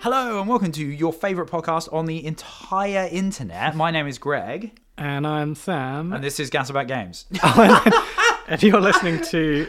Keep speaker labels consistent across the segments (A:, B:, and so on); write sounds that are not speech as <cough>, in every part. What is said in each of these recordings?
A: Hello and welcome to your favorite podcast on the entire internet. My name is Greg,
B: And I'm Sam,
A: and
B: and,
A: this is Gas About Games.
B: you're listening
A: <laughs>
B: to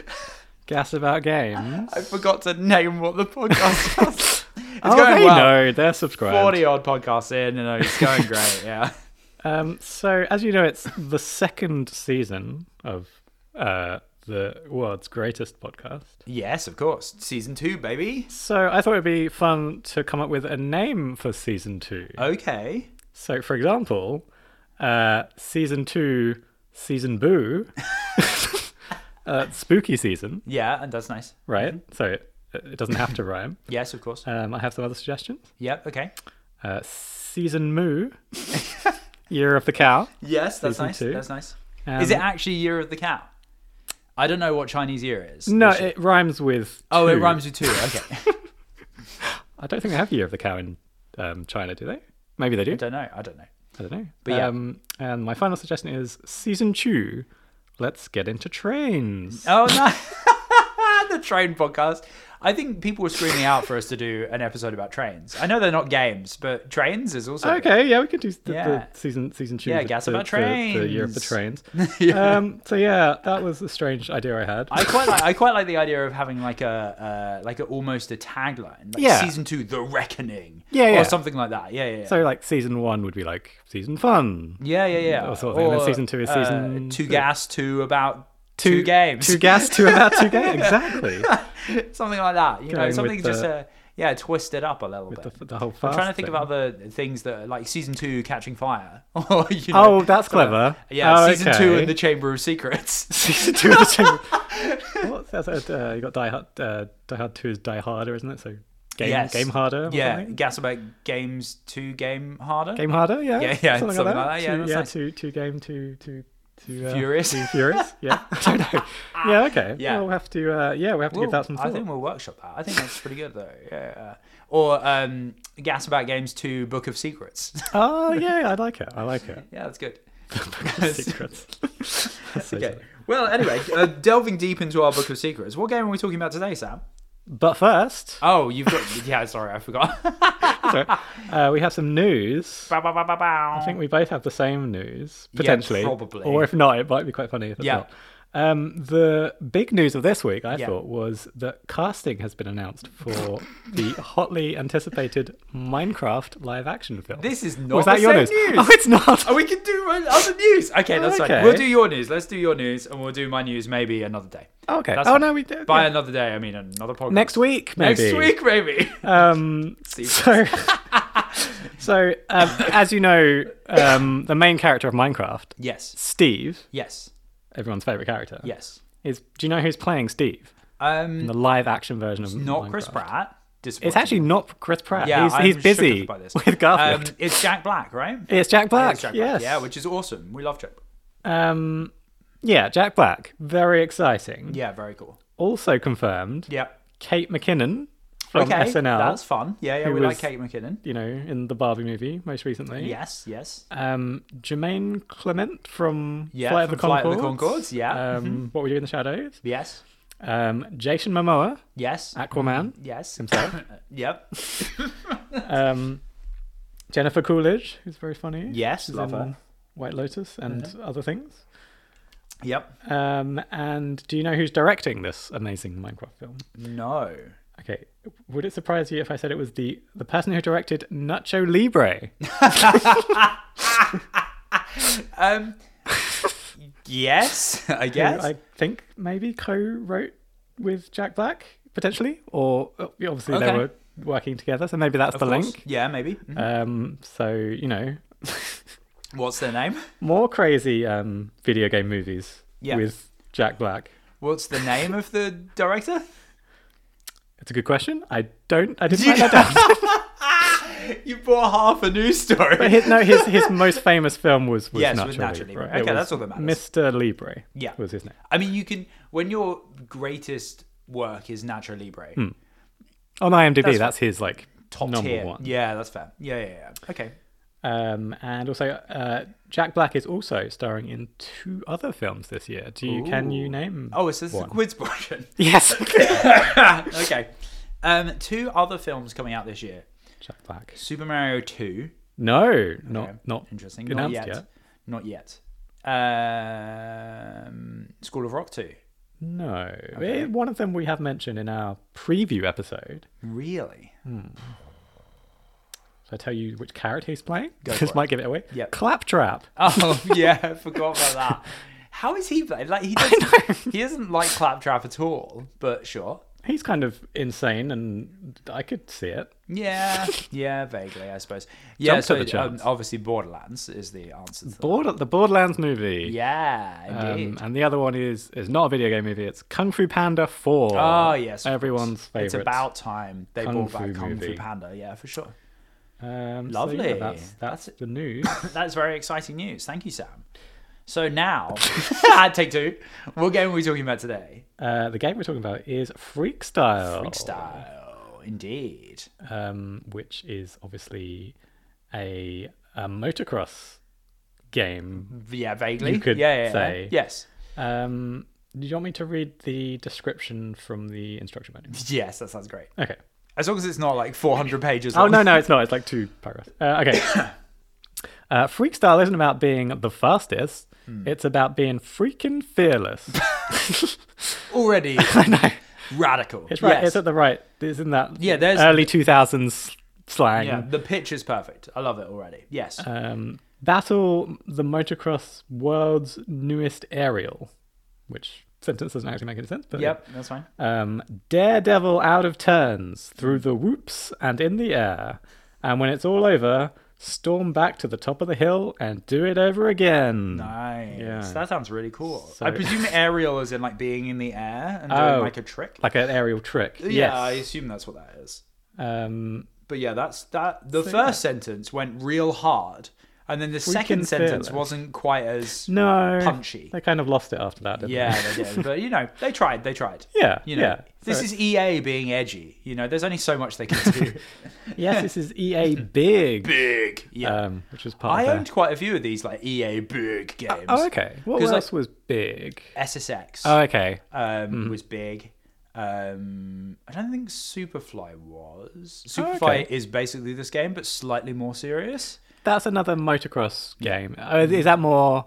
B: Gas About Games.
A: I <laughs> forgot to name what the <laughs> podcast was. It's
B: oh,
A: going
B: they
A: well.
B: know, they're subscribed.
A: Forty odd podcasts in, you know, it's going great. Yeah. <laughs>
B: Um, so, as you know, it's the second season of uh, the world's greatest podcast.
A: Yes, of course. Season two, baby.
B: So, I thought it'd be fun to come up with a name for season two.
A: Okay.
B: So, for example, uh, season two, season boo, <laughs> uh, spooky season,
A: Yeah, and that's nice.
B: right? So, it, it doesn't have to rhyme.
A: Yes, of course.
B: Um, I have some other suggestions.
A: Yep. Okay.
B: Uh, season
A: <laughs>
B: Moo, Year of the Cow.
A: Yes, that's
B: Season
A: nice.
B: two.
A: That's nice.
B: Um,
A: is it actually Year of the Cow? I don't know what Chinese year is.
B: No,
A: We should-
B: it rhymes with.
A: oh, it
B: two.
A: rhymes with two. Okay.
B: <laughs> I don't think they have Year of the Cow in um, China, do they? Maybe they do.
A: I don't know. I don't know.
B: I don't know.
A: But yeah.
B: um, and my final suggestion is Season Two. Let's get into trains.
A: Oh no, <laughs> the train podcast. I think people were screaming out for us to do an episode about trains. I know they're not games, but trains is also
B: Okay, yeah, we could do the,
A: Yeah.
B: the season season two.
A: Yeah,
B: the,
A: gas
B: the-
A: about
B: the- The, year of the
A: trains.
B: trains.
A: <laughs> Yeah.
B: um, so yeah, that was a strange idea I had.
A: I quite like, I quite like the idea of having like a uh, like a, almost a tagline, like
B: Yeah.
A: season two, the reckoning,
B: Yeah,
A: or
B: yeah.
A: something like that. Yeah, yeah, yeah.
B: <laughs> so like season one would be like season fun.
A: yeah, yeah, yeah.
B: Or sort of thing. Then season two is
A: uh,
B: season-
A: two gas, two about two, games,
B: Two gas, two about
A: <laughs>
B: two games. Exactly.
A: something like that. You
B: Going
A: know,
B: with
A: something just
B: the-
A: uh, yeah, twist it up a little bit.
B: the, the whole
A: I'm trying to
B: fast
A: think
B: thing.
A: of other things that are like season two, Catching Fire. <laughs> or, you know,
B: Oh, that's clever.
A: Yeah,
B: Oh,
A: season two
B: okay.
A: in the Chamber of Secrets. <laughs>
B: season two of the <laughs> chamber. What's that? Uh, you got Die Hard. Uh, die Hard Two is Die Harder, isn't it? So game
A: Yes.
B: game harder. or
A: yeah,
B: something?
A: gas about games two game harder.
B: game harder. Yeah,
A: Yeah, yeah,
B: something, like that.
A: yeah,
B: two,
A: that's
B: yeah,
A: nice.
B: two two game two two. two uh,
A: Furious. <laughs>
B: two furious. Yeah, I don't know. Yeah, okay.
A: Yeah.
B: we'll have to. Uh, yeah, we will have to give
A: Well,
B: that some
A: I
B: thought.
A: think we'll workshop that. I think that's pretty good though. Yeah. yeah. Or um, gas about games two Book of Secrets. <laughs>
B: Oh yeah, I like it. I like it.
A: yeah, that's good. <laughs>
B: Secrets. That's so
A: Okay.
B: silly.
A: Well, anyway, uh, delving deep into our Book of Secrets. What game are we talking about today, Sam? <laughs>
B: But first,
A: Oh, you've got. yeah, sorry, I <laughs> forgot.
B: sorry, uh, we have some news.
A: Bow, bow, bow, bow, bow.
B: I think we both have the same news, potentially.
A: probably.
B: Or if not, it might be quite funny if it's
A: Yeah.
B: not. Um, the big news of this week, I
A: Yeah.
B: thought, was that casting has been announced for the hotly anticipated Minecraft live action film.
A: This is not
B: was that
A: the
B: your
A: same
B: news?
A: news.
B: Oh, it's not.
A: Oh, we can do my other news. Okay, that's fine.
B: Okay.
A: We'll do your news. Let's do your news, and we'll do my news maybe another day.
B: okay.
A: That's
B: Oh
A: fine.
B: no, we did.
A: By
B: yeah.
A: another day, I mean another podcast.
B: Next week,
A: Next
B: maybe.
A: week,
B: <laughs>
A: maybe.
B: Um,
A: See
B: so, <laughs> so um, as you know, um, the main character of Minecraft,
A: yes.
B: Steve,
A: Yes.
B: everyone's favorite character,
A: Yes.
B: is. Do you know who's playing Steve?
A: Um,
B: in the live action version of
A: not
B: Minecraft.
A: Chris Pratt.
B: It's actually not Chris Pratt.
A: yeah,
B: he's, he's
A: I'm
B: busy
A: shook by this.
B: <laughs> with Garfield.
A: Um, it's Jack Black, right?
B: it's Jack Black.
A: It's Jack Black.
B: yes.
A: Yeah, which is awesome. We love Jack. Black.
B: um, yeah, Jack Black. Very exciting.
A: Yeah, very cool.
B: Also confirmed,
A: Yeah.
B: Kate McKinnon from
A: okay,
B: SNL.
A: that's fun. Yeah, yeah.
B: Who
A: We like
B: was-
A: Kate McKinnon.
B: you know, in the Barbie movie most recently.
A: Yes. Yes.
B: Um, Jermaine Clement from
A: Yeah,
B: Flight of the
A: from Flight of the
B: Concords.
A: Conchords, yeah. Mm-hmm.
B: Um, What We Do in the Shadows.
A: Yes.
B: Um, Jason Momoa,
A: Yes. <laughs>
B: Aquaman.
A: yes.
B: Uh, himself.
A: yep.
B: Um, Jennifer Coolidge, who's very funny.
A: Yes.
B: She's
A: Love
B: in
A: her.
B: White Lotus and other things.
A: Yep.
B: Um, and do you know who's directing this amazing Minecraft film?
A: No.
B: Okay, would it surprise you if I said it was the the person who directed Nacho Libre?
A: Um.
B: <laughs>
A: yes, I
B: who
A: guess.
B: I think maybe co-wrote with Jack Black potentially, or uh, obviously
A: Okay.
B: they were working together, so maybe that's
A: Of
B: the
A: course.
B: link.
A: Yeah, maybe. Mhm.
B: Um, so you know,
A: What's their name?
B: more crazy um, video game movies
A: Yeah.
B: with Jack Black.
A: What's the name of the director?
B: It's a good question. I don't. I didn't write that down.
A: <laughs> You bought half a news story.
B: his, no, his his most famous film was, was
A: Yes,
B: Nacho
A: was Nacho Libre.
B: Libre.
A: Okay,
B: It was
A: that's all that matters.
B: Mr. Libre.
A: Yeah.
B: was his name.
A: <laughs> I mean, you can when your greatest work is Nacho Libre,
B: On IMDb,
A: That's
B: that's, his like
A: top
B: Hmm, number
A: tier.
B: one.
A: Yeah, that's fair. Yeah, yeah, yeah. Okay.
B: Um, and also, uh, Jack Black is also starring in two other films this year. Do you can you name?
A: Oh, is this a
B: One.
A: quiz <laughs> portion?
B: <laughs> yes.
A: okay. Um, two other films coming out this year.
B: Jack Black.
A: Super Mario 2.
B: No, not
A: Okay.
B: not
A: Interesting. Not
B: announced
A: yet.
B: yet.
A: Not yet. Um, School of Rock 2.
B: No, Eh, one of them we have mentioned in our preview episode.
A: Really?
B: Should I tell you which carrot he's playing? <laughs>
A: Go for
B: this
A: it.
B: might give it away.
A: Yep.
B: Claptrap.
A: Oh, <laughs> yeah. I forgot about that. How is he playing?
B: <laughs>
A: Like, he, doesn't, he doesn't like Claptrap at all, but sure.
B: He's kind of insane, and I could see it.
A: Yeah, yeah, vaguely, I suppose. Yeah,
B: Jump to
A: so
B: the
A: um,
B: chance.
A: obviously Borderlands is the answer. To that.
B: Border, the Borderlands movie.
A: Yeah,
B: Um,
A: indeed.
B: and the other one is is not a video game movie. It's Kung Fu Panda Four.
A: oh yes, of
B: everyone's
A: course.
B: favorite.
A: It's about time they
B: Kung
A: brought
B: Fu
A: back Kung Fu
B: movie.
A: Panda. Yeah, for sure.
B: Um, so yeah,
A: Lovely.
B: that's that's the news. <coughs>
A: That's very exciting news. Thank you, Sam.
B: <laughs>
A: So now, take two. What game are we talking about today?
B: Uh, the game we're talking about is Freak Style.
A: Style, indeed.
B: um, which is obviously a, a motocross game.
A: Yeah, vaguely.
B: You could
A: yeah, yeah, yeah.
B: say.
A: yes,
B: Um, do you want me to read the description from the instruction
A: <laughs>
B: manual?
A: yes. That sounds great.
B: Okay.
A: As long as it's not like 400 pages.
B: <laughs> Oh
A: long.
B: no, no, it's not. It's like two paragraphs. Uh, okay.
A: <coughs>
B: Uh, freak style isn't about being the fastest.
A: Hmm.
B: It's about being
A: <laughs>
B: freaking fearless. <laughs>
A: Already
B: I know.
A: radical.
B: It's right.
A: Yes.
B: It's at the right. It's in that
A: Yeah, there's-
B: early two thousands slang.
A: Yeah, the pitch is perfect. I love it already. Yes.
B: Um, battle the motocross world's newest aerial, which sentence doesn't actually make any sense. But
A: yep, that's fine.
B: Um, daredevil out of turns through the whoops and in the air, and when it's all over, storm back to the top of the hill and do it over again.
A: Nice.
B: Yeah.
A: That sounds really cool.
B: So-
A: I
B: <laughs>
A: presume aerial is in like being in the air and doing
B: Oh.
A: like a trick.
B: Like an aerial trick.
A: Yeah, I
B: Yes.
A: assume that's what that is.
B: Um,
A: But yeah, that's that. The first sentence went real hard, and then the second sentence
B: fearless.
A: wasn't quite as.
B: <laughs> no.
A: Punchy.
B: They kind of lost it after that. Didn't
A: Yeah,
B: They?
A: they
B: <laughs>
A: did. but you know, they tried. They tried.
B: Yeah,
A: You know,
B: yeah.
A: this
B: So-
A: is EA being edgy. You know, there's only so much they
B: <laughs>
A: can do.
B: yes, this is
A: <laughs>
B: EA Big,
A: big. Yeah.
B: um, which was part
A: I
B: of their-
A: owned quite a few of these like EA big games.
B: Oh, okay. What
A: 'Cause,
B: else
A: like-
B: was big?
A: SSX.
B: Oh, okay.
A: um,
B: mm-hmm.
A: was big. Um, I don't think Superfly was.
B: Oh,
A: Superfly
B: okay.
A: is basically this game, but slightly more serious.
B: That's another motocross game. Oh, is
A: <coughs>
B: that more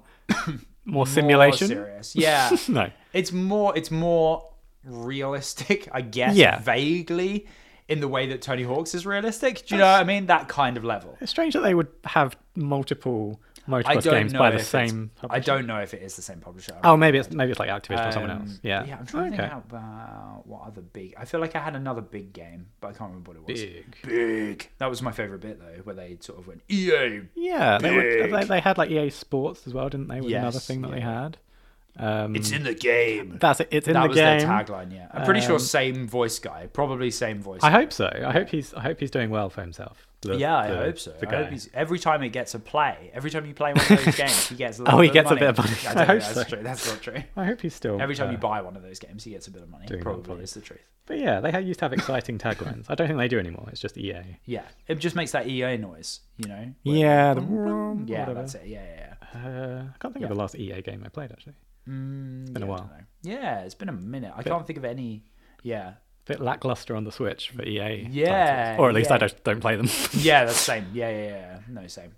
B: more simulation?
A: More serious. Yeah.
B: <laughs> no.
A: it's more. It's more realistic, I guess.
B: Yeah.
A: Vaguely. In the way that Tony Hawk's is realistic, do you know what I mean? That kind of level.
B: It's strange that they would have multiple
A: I
B: motocross
A: don't
B: games
A: know
B: by the
A: if it's-
B: same.
A: I don't know if it is the same publisher.
B: Oh, maybe it's maybe it's like Activision or someone
A: Um,
B: else. Yeah.
A: Yeah, I'm trying to
B: Okay.
A: think out about uh, what other big. I feel like I had another big game, but I can't remember what it was.
B: Big.
A: Big. That was my favorite bit though, where they sort of went EA.
B: Yeah, they, would,
A: Big.
B: they, they had like EA Sports as well, didn't they? Was another
A: Yes,
B: thing that they had. Um,
A: It's in the game.
B: that's it. It's in
A: that
B: the
A: was
B: game.
A: their tagline. Yeah, I'm pretty sure same voice guy, probably same voice.
B: Um, I hope so. I hope he's. I hope he's doing well for himself. The-
A: yeah, I
B: the-
A: hope so.
B: the
A: I hope
B: guy.
A: he's, every time he gets a play, every time you play one of
B: <laughs>
A: those games, he gets a little
B: Oh, he
A: bit
B: gets
A: of
B: a
A: money.
B: bit of money.
A: I
B: I
A: don't know,
B: hope <laughs>
A: that's
B: so.
A: true. That's not true.
B: I hope he's still.
A: Every time
B: uh,
A: you buy one of those games, he gets a bit of money.
B: doing well for
A: Probably
B: you.
A: is the truth.
B: But yeah, they had- used to have exciting taglines. I don't think they do anymore. It's just E EA.
A: Yeah, it just makes that EA noise, you know. where-
B: Yeah, the,
A: <laughs> yeah,
B: whatever.
A: that's it. Yeah, yeah. yeah.
B: Uh, I can't think of the last EA game I played actually.
A: Mm,
B: been a
A: yeah, I
B: while.
A: dunno. Yeah, it's been a minute. I can't think of any. Yeah,
B: bit lackluster on the Switch for EA.
A: Yeah,
B: titles. or at least
A: yeah.
B: I don't, don't play them. <laughs>
A: yeah, that's same. Yeah, yeah, yeah. No, same.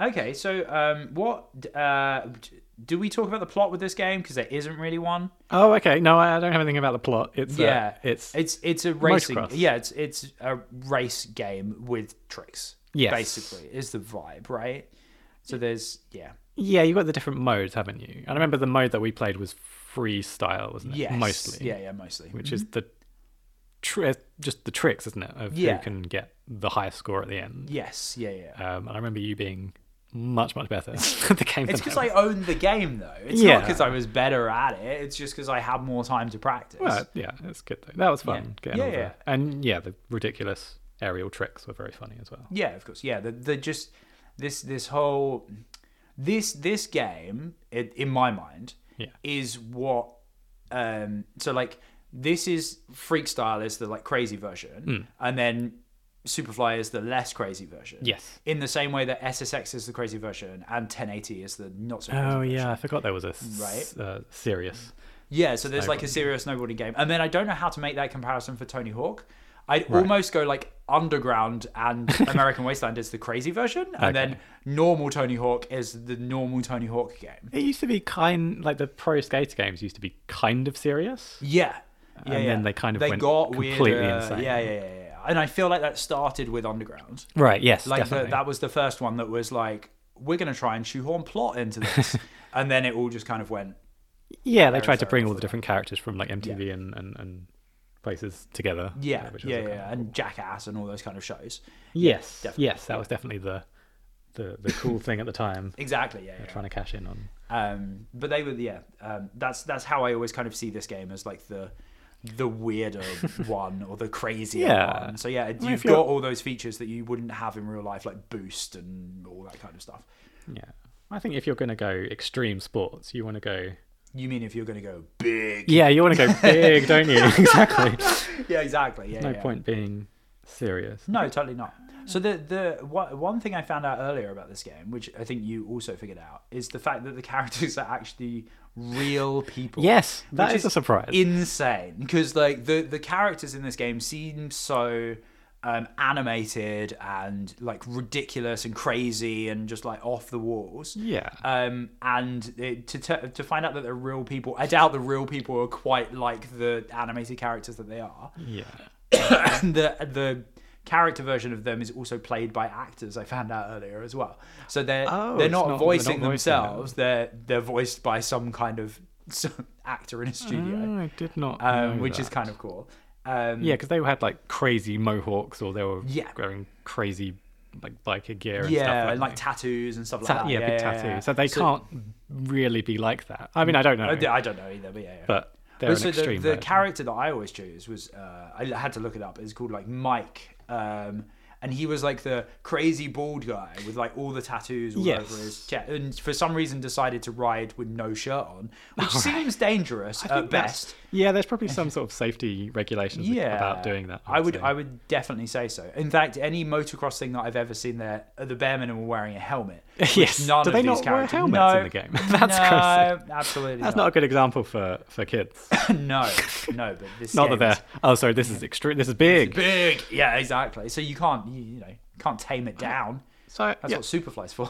A: Okay, so um, what d- uh, d- do we talk about the plot with this game? Because there isn't really one.
B: oh, okay. No, I I don't have anything about the plot. It's
A: Yeah.
B: yeah, it's
A: It's it's a racing.
B: Motocross.
A: Yeah, it's it's a race game with tricks.
B: Yes.
A: basically is the vibe, right? So there's yeah,
B: yeah. You got the different modes, haven't you? And I remember the mode that we played was freestyle, wasn't it?
A: yes,
B: mostly.
A: yeah, Mm-hmm. yeah, mostly.
B: which is the tri- just the tricks, isn't it? Of
A: Yeah.
B: who can get the highest score at the end.
A: Yes, yeah, yeah.
B: Um, and I remember you being much much better <laughs> at the game.
A: It's
B: than
A: because I owned the game though. It's not
B: Yeah.
A: because I was better at it. It's just because I had more time to practice.
B: Well, yeah, it's good though. That was fun. Getting
A: Yeah,
B: all the-
A: yeah.
B: And yeah, the ridiculous aerial tricks were very funny as well.
A: Yeah, of course. Yeah, the the just this this whole this this game it, in my mind
B: Yeah.
A: is what um so like this is freak style is the like crazy version
B: Hmm.
A: and then superfly is the less crazy version
B: Yes.
A: in the same way that ssx is the crazy version and 1080 is the not so crazy
B: Oh
A: version.
B: yeah, I forgot there was a s- uh, serious.
A: Yeah, so there's like a serious snowboarding game. And then I don't know how to make that comparison for Tony Hawk. I'd almost go like Underground
B: <laughs>
A: and American Wasteland is the crazy version, and
B: Okay.
A: then normal Tony Hawk is the normal Tony Hawk game.
B: It used to be kind like the pro skater games used to be kind of serious.
A: Yeah. Yeah,
B: And
A: yeah.
B: then they kind of
A: they
B: went
A: got
B: completely
A: weirder.
B: insane.
A: Yeah, yeah, yeah, yeah. And I feel like that started with Underground.
B: Right. Yes.
A: Like the, that was the first one that was like, we're going to try and shoehorn plot
B: <laughs>
A: into this, and then it all just kind of went.
B: yeah, they tried to
A: Sorry,
B: bring all
A: for
B: the different characters from like MTV and, and and places together.
A: Yeah,
B: which was
A: yeah,
B: okay.
A: yeah, and Jackass and all those kind of shows.
B: Yes.
A: definitely.
B: Yes, that was definitely the the the cool thing at the time.
A: Exactly, yeah. yeah.
B: Trying to cash in on.
A: Um, but they were, yeah. Um, that's that's how I always kind of see this game as like the the
B: <laughs>
A: weirder one or the crazier
B: Yeah.
A: one. So yeah, you've
B: if
A: got
B: you're-
A: all those features that you wouldn't have in real life, like boost and all that kind of stuff.
B: Yeah. I think if you're going to go extreme sports, you want to go.
A: You mean if you're going to go <laughs> big?
B: Yeah, you want to go big,
A: <laughs>
B: don't you? exactly.
A: Yeah, exactly. Yeah,
B: No
A: yeah.
B: point being serious.
A: No, totally not. So the the one one thing I found out earlier about this game, which I think you also figured out, is the fact that the characters are actually real people.
B: Yes, that
A: which
B: is a surprise.
A: Insane, because like the the characters in this game seem so um, animated and like ridiculous and crazy and just like off the walls.
B: Yeah.
A: Um, and it, to t- to find out that they're real people, I doubt the real people are quite like the animated characters that they are.
B: Yeah.
A: <laughs> the the character version of them is also played by actors I found out earlier as well. So they're
B: Oh,
A: they're
B: it's
A: not
B: not- they're not
A: voicing
B: voicing
A: themselves. They're they're voiced by some kind of <laughs> some actor in a
B: Oh,
A: studio,
B: I did not.
A: um,
B: know
A: which
B: that.
A: is kind of cool. Um,
B: Yeah, because they had like crazy mohawks, or they were
A: Yeah.
B: wearing crazy like biker gear and
A: yeah,
B: stuff
A: and like
B: that.
A: tattoos and stuff like
B: Ta-
A: that.
B: yeah, big tattoos. So they can't really be like that. I mean, I don't know,
A: I d- I don't know either, but yeah. yeah.
B: but they're an
A: Oh, so the,
B: extreme.
A: the
B: version.
A: character that I always choose was uh, I had to look it up. It's called like Mike, um, and he was like the crazy bald guy with like all the tattoos all
B: Yes.
A: over his chest, and for some reason decided to ride with no shirt on, which
B: <laughs>
A: seems dangerous at
B: that's-
A: best.
B: yeah, there's
A: <laughs>
B: probably some sort of safety regulations
A: Yeah,
B: about doing that.
A: I would,
B: say.
A: I would definitely say so. In fact, any motocross thing that I've ever seen, there at the bare minimum wearing a helmet.
B: <laughs>
A: which
B: yes.
A: none
B: Do
A: of
B: they
A: these
B: not wear
A: characters-
B: helmets
A: no,
B: in the game? <laughs> That's
A: no,
B: crazy.
A: absolutely.
B: That's not a good example for
A: <laughs>
B: for kids. <laughs>
A: no, no. But this
B: Not
A: game
B: that
A: is-
B: they're. Oh, sorry. This is extreme. This is big.
A: big. Yeah, exactly. So you can't, you, you know, can't tame it down.
B: So,
A: That's
B: yeah,
A: what Superfly's
B: <laughs>
A: for.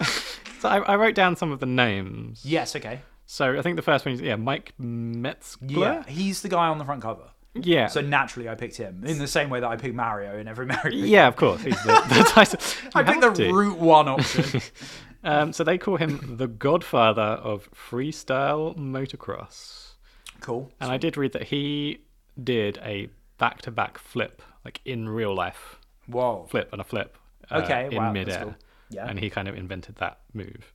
B: so I, I wrote down some of the names.
A: yes, okay.
B: So I think the first one is yeah, Mike Metzger.
A: Yeah, he's the guy on the front cover.
B: Yeah.
A: So naturally, I picked him in the same way that I picked Mario in every <laughs> Mario. game.
B: yeah, of course. He's
A: <laughs>
B: the, the title. You
A: I picked the
B: have to.
A: root one
B: <laughs>
A: option.
B: Um, so they call him the godfather of freestyle motocross.
A: cool.
B: And I did read that he did a back to back flip, like in real life,
A: Whoa.
B: flip and a flip uh,
A: Okay,
B: in
A: wow, that's
B: midair.
A: cool. Yeah. Mm.
B: And he kind of invented that move,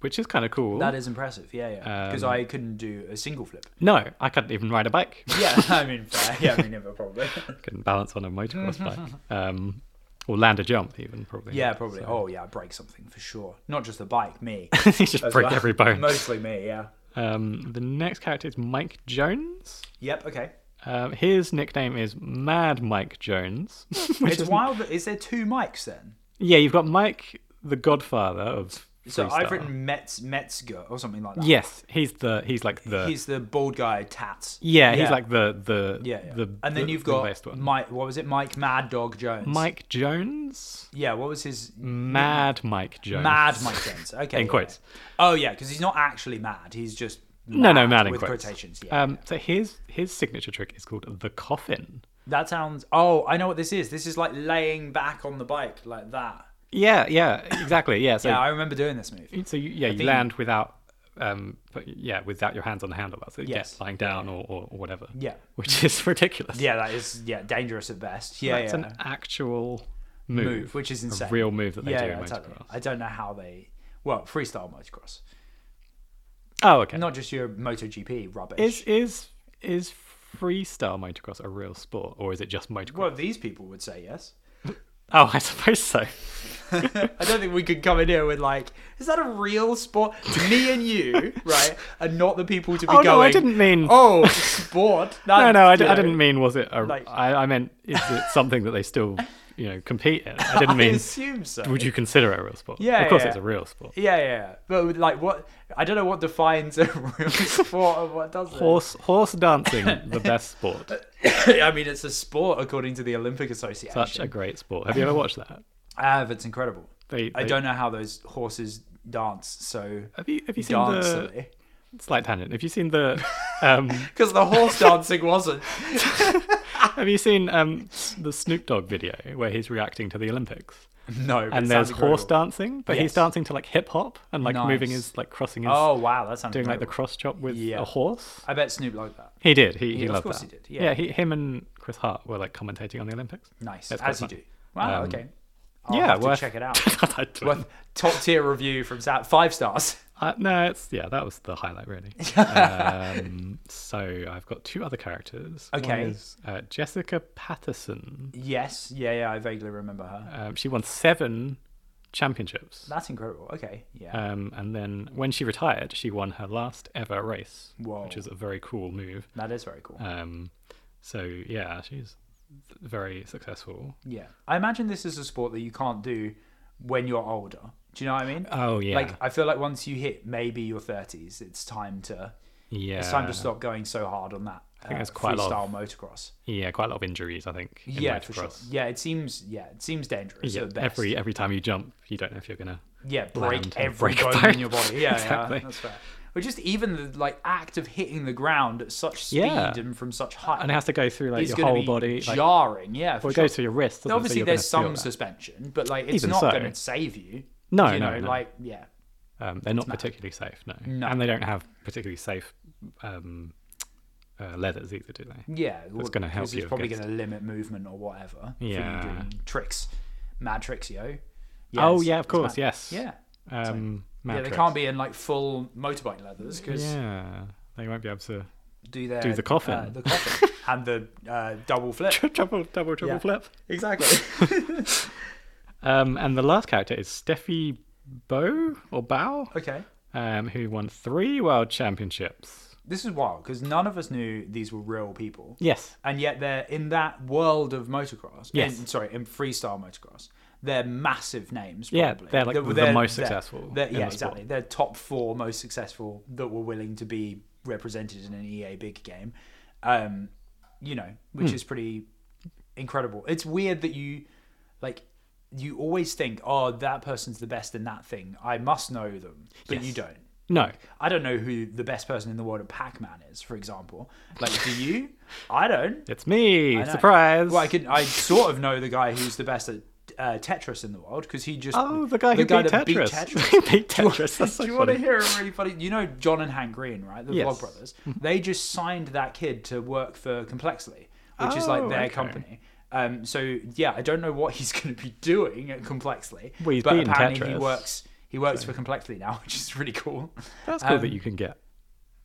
B: which is kind of cool. Um,
A: That is impressive. Yeah, yeah. Because I couldn't do a single
B: <laughs>
A: flip.
B: no, I couldn't even ride a bike. <laughs>
A: Yeah, I mean, fair. Yeah, I mean, never probably.
B: couldn't balance on a motocross bike. Um, or land a jump, even
A: <laughs>
B: probably.
A: Yeah, probably. Oh, yeah, I'd break something for sure. Not just the bike, me.
B: <laughs> you <laughs> just
A: as
B: break
A: well.
B: every
A: <laughs>
B: bone.
A: Mostly me, yeah.
B: Um, the next character is Mike Jones.
A: Yep, okay.
B: Um, his nickname is Mad Mike Jones. <laughs> which
A: It's
B: is-
A: wild. that- Is there two mics then?
B: Yeah, you've got Mike, the Godfather of.
A: So I've
B: freestyle.
A: written Metz Metzger or something like that.
B: Yes, he's the he's like the
A: he's the bald guy tats.
B: yeah, he's like the the
A: yeah, yeah.
B: the
A: and then
B: the-
A: you've
B: the
A: got
B: best one.
A: Mike. What was it? Mike Mad Dog Jones.
B: Mike Jones,
A: Yeah. What was his
B: Mad Mike Jones,
A: mad Mike Jones? Okay.
B: In
A: yeah.
B: quotes.
A: Oh yeah, because he's not actually mad. He's just
B: No, no, mad in
A: with
B: quotes.
A: quotations. Yeah.
B: Um, so his his signature trick is called the coffin.
A: that sounds. Oh, I know what this is. This is like laying back on the bike like that.
B: Yeah, yeah, exactly. Yeah, so
A: Yeah, I remember doing this move.
B: so you, yeah, you
A: think-
B: land without um, but yeah, without your hands on the handle. That's it.
A: Yes.
B: Yes, lying down or, or, or whatever.
A: Yeah.
B: which is ridiculous.
A: Yeah, that is yeah dangerous at best. Yeah,
B: That's
A: yeah.
B: an actual move,
A: move, which is insane.
B: a real move that they
A: yeah,
B: do
A: yeah,
B: in
A: totally.
B: motocross.
A: I don't know how they. Well, freestyle motocross,
B: Oh, okay.
A: not just your MotoGP rubbish.
B: Is is is freestyle motocross a real sport, or is it just motocross?
A: Well, these people would say yes.
B: oh, <laughs> I suppose so.
A: I don't think we could come in here with like, is that a real sport? Me and
B: <laughs>
A: you, right, are not the people to be
B: Oh
A: going.
B: no, I didn't mean.
A: Oh, sport.
B: <laughs> no, no,
A: That,
B: I, d-
A: you
B: I
A: know.
B: didn't mean. Was it a? I
A: Like-
B: I meant is it something that they still you know compete in. I
A: <laughs>
B: didn't
A: I
B: mean.
A: assume so.
B: Would you consider it a real sport?
A: Yeah,
B: of course
A: yeah.
B: it's a real sport.
A: Yeah, yeah, yeah. But like, what? I don't know what defines a <laughs> real sport and what doesn't.
B: Horse horse dancing, the best sport.
A: <laughs> I mean, it's a sport according to the Olympic Association.
B: Such a great sport. Have you ever watched that?
A: Ah, but it's incredible.
B: They,
A: I
B: they-
A: don't know how those horses dance so
B: Have you have you seen the
A: dancily.
B: slight tangent? Have you
A: <laughs>
B: seen the um,
A: Because the
B: <laughs>
A: horse dancing wasn't. <laughs>
B: Have you seen um, the Snoop Dogg video where he's reacting to the Olympics?
A: No, but it
B: And
A: sounds
B: there's horse
A: incredible.
B: dancing, but
A: Yes.
B: he's dancing to like hip hop and like moving
A: Nice.
B: his like crossing his
A: Oh wow, that sounds
B: doing like the
A: incredible.
B: cross chop with
A: Yeah.
B: a horse.
A: I bet Snoop liked that.
B: He did. He, he
A: Yeah, of
B: loved
A: course
B: that.
A: he did, yeah.
B: he, him and Chris Hart were like commentating on the Olympics. <laughs>
A: Nice,
B: That's quite
A: as you
B: fun.
A: do. Wow,
B: Um,
A: okay. I'll
B: yeah,
A: have to
B: worth-
A: check it out. <laughs>
B: I don't-
A: Worth top tier review from Zach. Five stars.
B: Uh, no, it's yeah, that was the
A: <laughs>
B: highlight really. um, so I've got two other characters. One
A: Okay.
B: is, uh, Jessica Patterson.
A: Yes, yeah, yeah. I vaguely remember her.
B: Um, she won seven championships.
A: That's incredible. Okay, yeah.
B: Um, and then when she retired, she won her last ever race,
A: Whoa.
B: which is a very cool move.
A: that is very cool.
B: Um, so yeah, she's very successful.
A: Yeah. I imagine this is a sport that you can't do when you're older. Do you know what I mean?
B: Oh yeah,
A: Like I feel like once you hit maybe your 30s, it's time to
B: yeah,
A: it's time to stop going so hard on that. I
B: think that's quite a lot
A: freestyle
B: of-
A: motocross.
B: Yeah, quite a lot of injuries, I think. In
A: yeah,
B: motocross.
A: for sure. Yeah, it seems yeah, it seems dangerous.
B: Yeah,
A: at best.
B: every every time you jump, you don't know if you're gonna.
A: yeah, break
B: land and
A: every
B: break a
A: bone
B: bone.
A: in your
B: <laughs>
A: body. Yeah,
B: Exactly.
A: yeah, that's fair. But just even the like act of hitting the ground at such speed
B: Yeah.
A: and from such height
B: And it has to go through like
A: is
B: your
A: going to
B: whole
A: be
B: body. Like, well,
A: jarring. yeah, for
B: it
A: sure.
B: goes through your wrist. doesn't it? So
A: obviously
B: you're gonna
A: there's
B: feel
A: some
B: that.
A: suspension, but like it's
B: Even
A: not
B: so.
A: going to save you.
B: No,
A: you
B: no,
A: know,
B: no.
A: like yeah,
B: Um, they're not particularly safe, no.
A: No.
B: And they don't have particularly safe um, uh, leathers either, do they?
A: yeah.
B: That's gonna help you
A: It's probably
B: against-
A: going to limit movement or whatever.
B: Yeah.
A: for you doing tricks, mad tricks, yo.
B: Oh,
A: it's-
B: yeah, of
A: it's
B: course,
A: mad.
B: yes.
A: Yeah,
B: Um,
A: yeah. They can't be in like full motorbike leathers because
B: Yeah, they won't be
A: <laughs>
B: able to
A: do their
B: Do the coffin.
A: uh, the
B: <laughs>
A: coffin, and the uh, double flip.
B: double double triple
A: Yeah.
B: flip.
A: Exactly.
B: Um, and the last character is Steffi Bow or Bow,
A: okay.
B: um, who won three world championships.
A: This is wild because none of us knew these were real people.
B: Yes,
A: and yet they're in that world of motocross.
B: Yes.
A: in- sorry, in freestyle motocross, they're massive names. Probably.
B: Yeah, they're, like, the most successful
A: they're-
B: in
A: yeah,
B: the sport.
A: exactly. They're top four most successful that were willing to be represented in an EA big game. Um, you know,
B: Hmm.
A: which is pretty incredible. It's weird that you like. You always think, oh, that person's the best in that thing. I must know them, but
B: Yes.
A: you don't.
B: no,
A: I don't know who the best person in the world at Pac-Man is, for example. Like, do you? I don't.
B: it's me.
A: I know.
B: Surprise!
A: Well, I can. I sort of know the guy who's the best at uh, Tetris in the world because he just.
B: oh, the guy who beat,
A: that
B: Tetris. <laughs> He beat Tetris. That's so
A: Do you want to
B: funny.
A: hear a really funny? You know John and Hank Green, right? The
B: Yes.
A: Vlog Brothers. They just signed that kid to work for Complexly, which is like
B: Oh,
A: their
B: okay.
A: company. Um, so yeah, I don't know what he's <laughs> going to be doing at Complexly,
B: Well, he's
A: but
B: beaten
A: apparently he
B: Tetris,
A: works. He works for Complexly now, <laughs> which is really cool.
B: That's cool that
A: Um,
B: you can get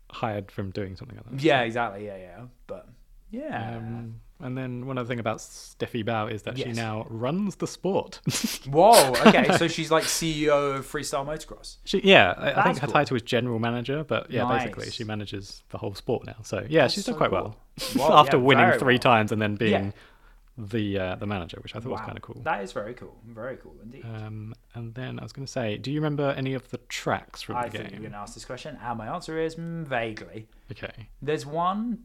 B: hired from doing something like that.
A: Yeah, exactly. Yeah, yeah. But yeah,
B: Um, and then one other thing about Steffi Bao is that she
A: Yes.
B: now runs the sport. <laughs>
A: Whoa. Okay. so she's like CEO of freestyle motocross.
B: she, yeah, I, I
A: That's
B: think her
A: cool.
B: title is general manager, but yeah, basically
A: Nice.
B: she manages the whole sport now. So yeah, she's done
A: so
B: quite
A: cool.
B: <laughs> well,
A: Well,
B: after
A: yeah,
B: winning
A: very
B: three
A: well.
B: times and then being
A: Yeah.
B: the uh, the manager, which I thought was
A: Wow,
B: kind of cool.
A: That is very cool. Very cool indeed.
B: Um, and then I was going to say, do you remember any of the tracks from
A: I
B: the
A: think you're
B: game?
A: going to ask this question, and my answer is mm, vaguely.
B: Okay,
A: There's one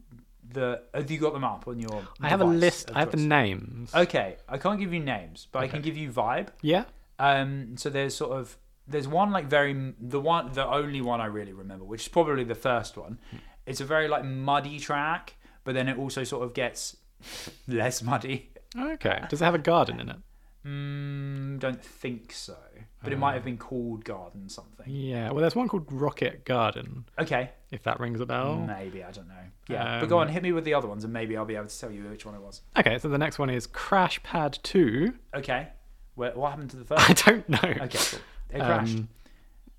A: that have you got them up on your.
B: I have a
A: device Oh.
B: list.
A: of
B: I have the
A: choice?
B: names.
A: Okay, I can't give you names, but I can give you vibe.
B: yeah,
A: Um, so there's sort of there's one like very the one the only one I really remember, which is probably the first one.
B: Hmm.
A: It's a very like muddy track, but then it also sort of gets <laughs> less muddy.
B: okay. Does it have a garden in it?
A: Mm, don't think so, but it might
B: Uh.
A: have been called Garden something.
B: Yeah. Well, there's one called Rocket Garden.
A: Okay,
B: If that rings a bell.
A: Maybe I don't know. Yeah, but go
B: Um,
A: on, hit me with the other ones, and maybe I'll be able to tell you which one it was.
B: Okay, so the next one is Crash Pad 2.
A: Okay, Where, what happened to the
B: <laughs> I <laughs>
A: first?
B: don't know.
A: okay, cool. It crashed.
B: Um,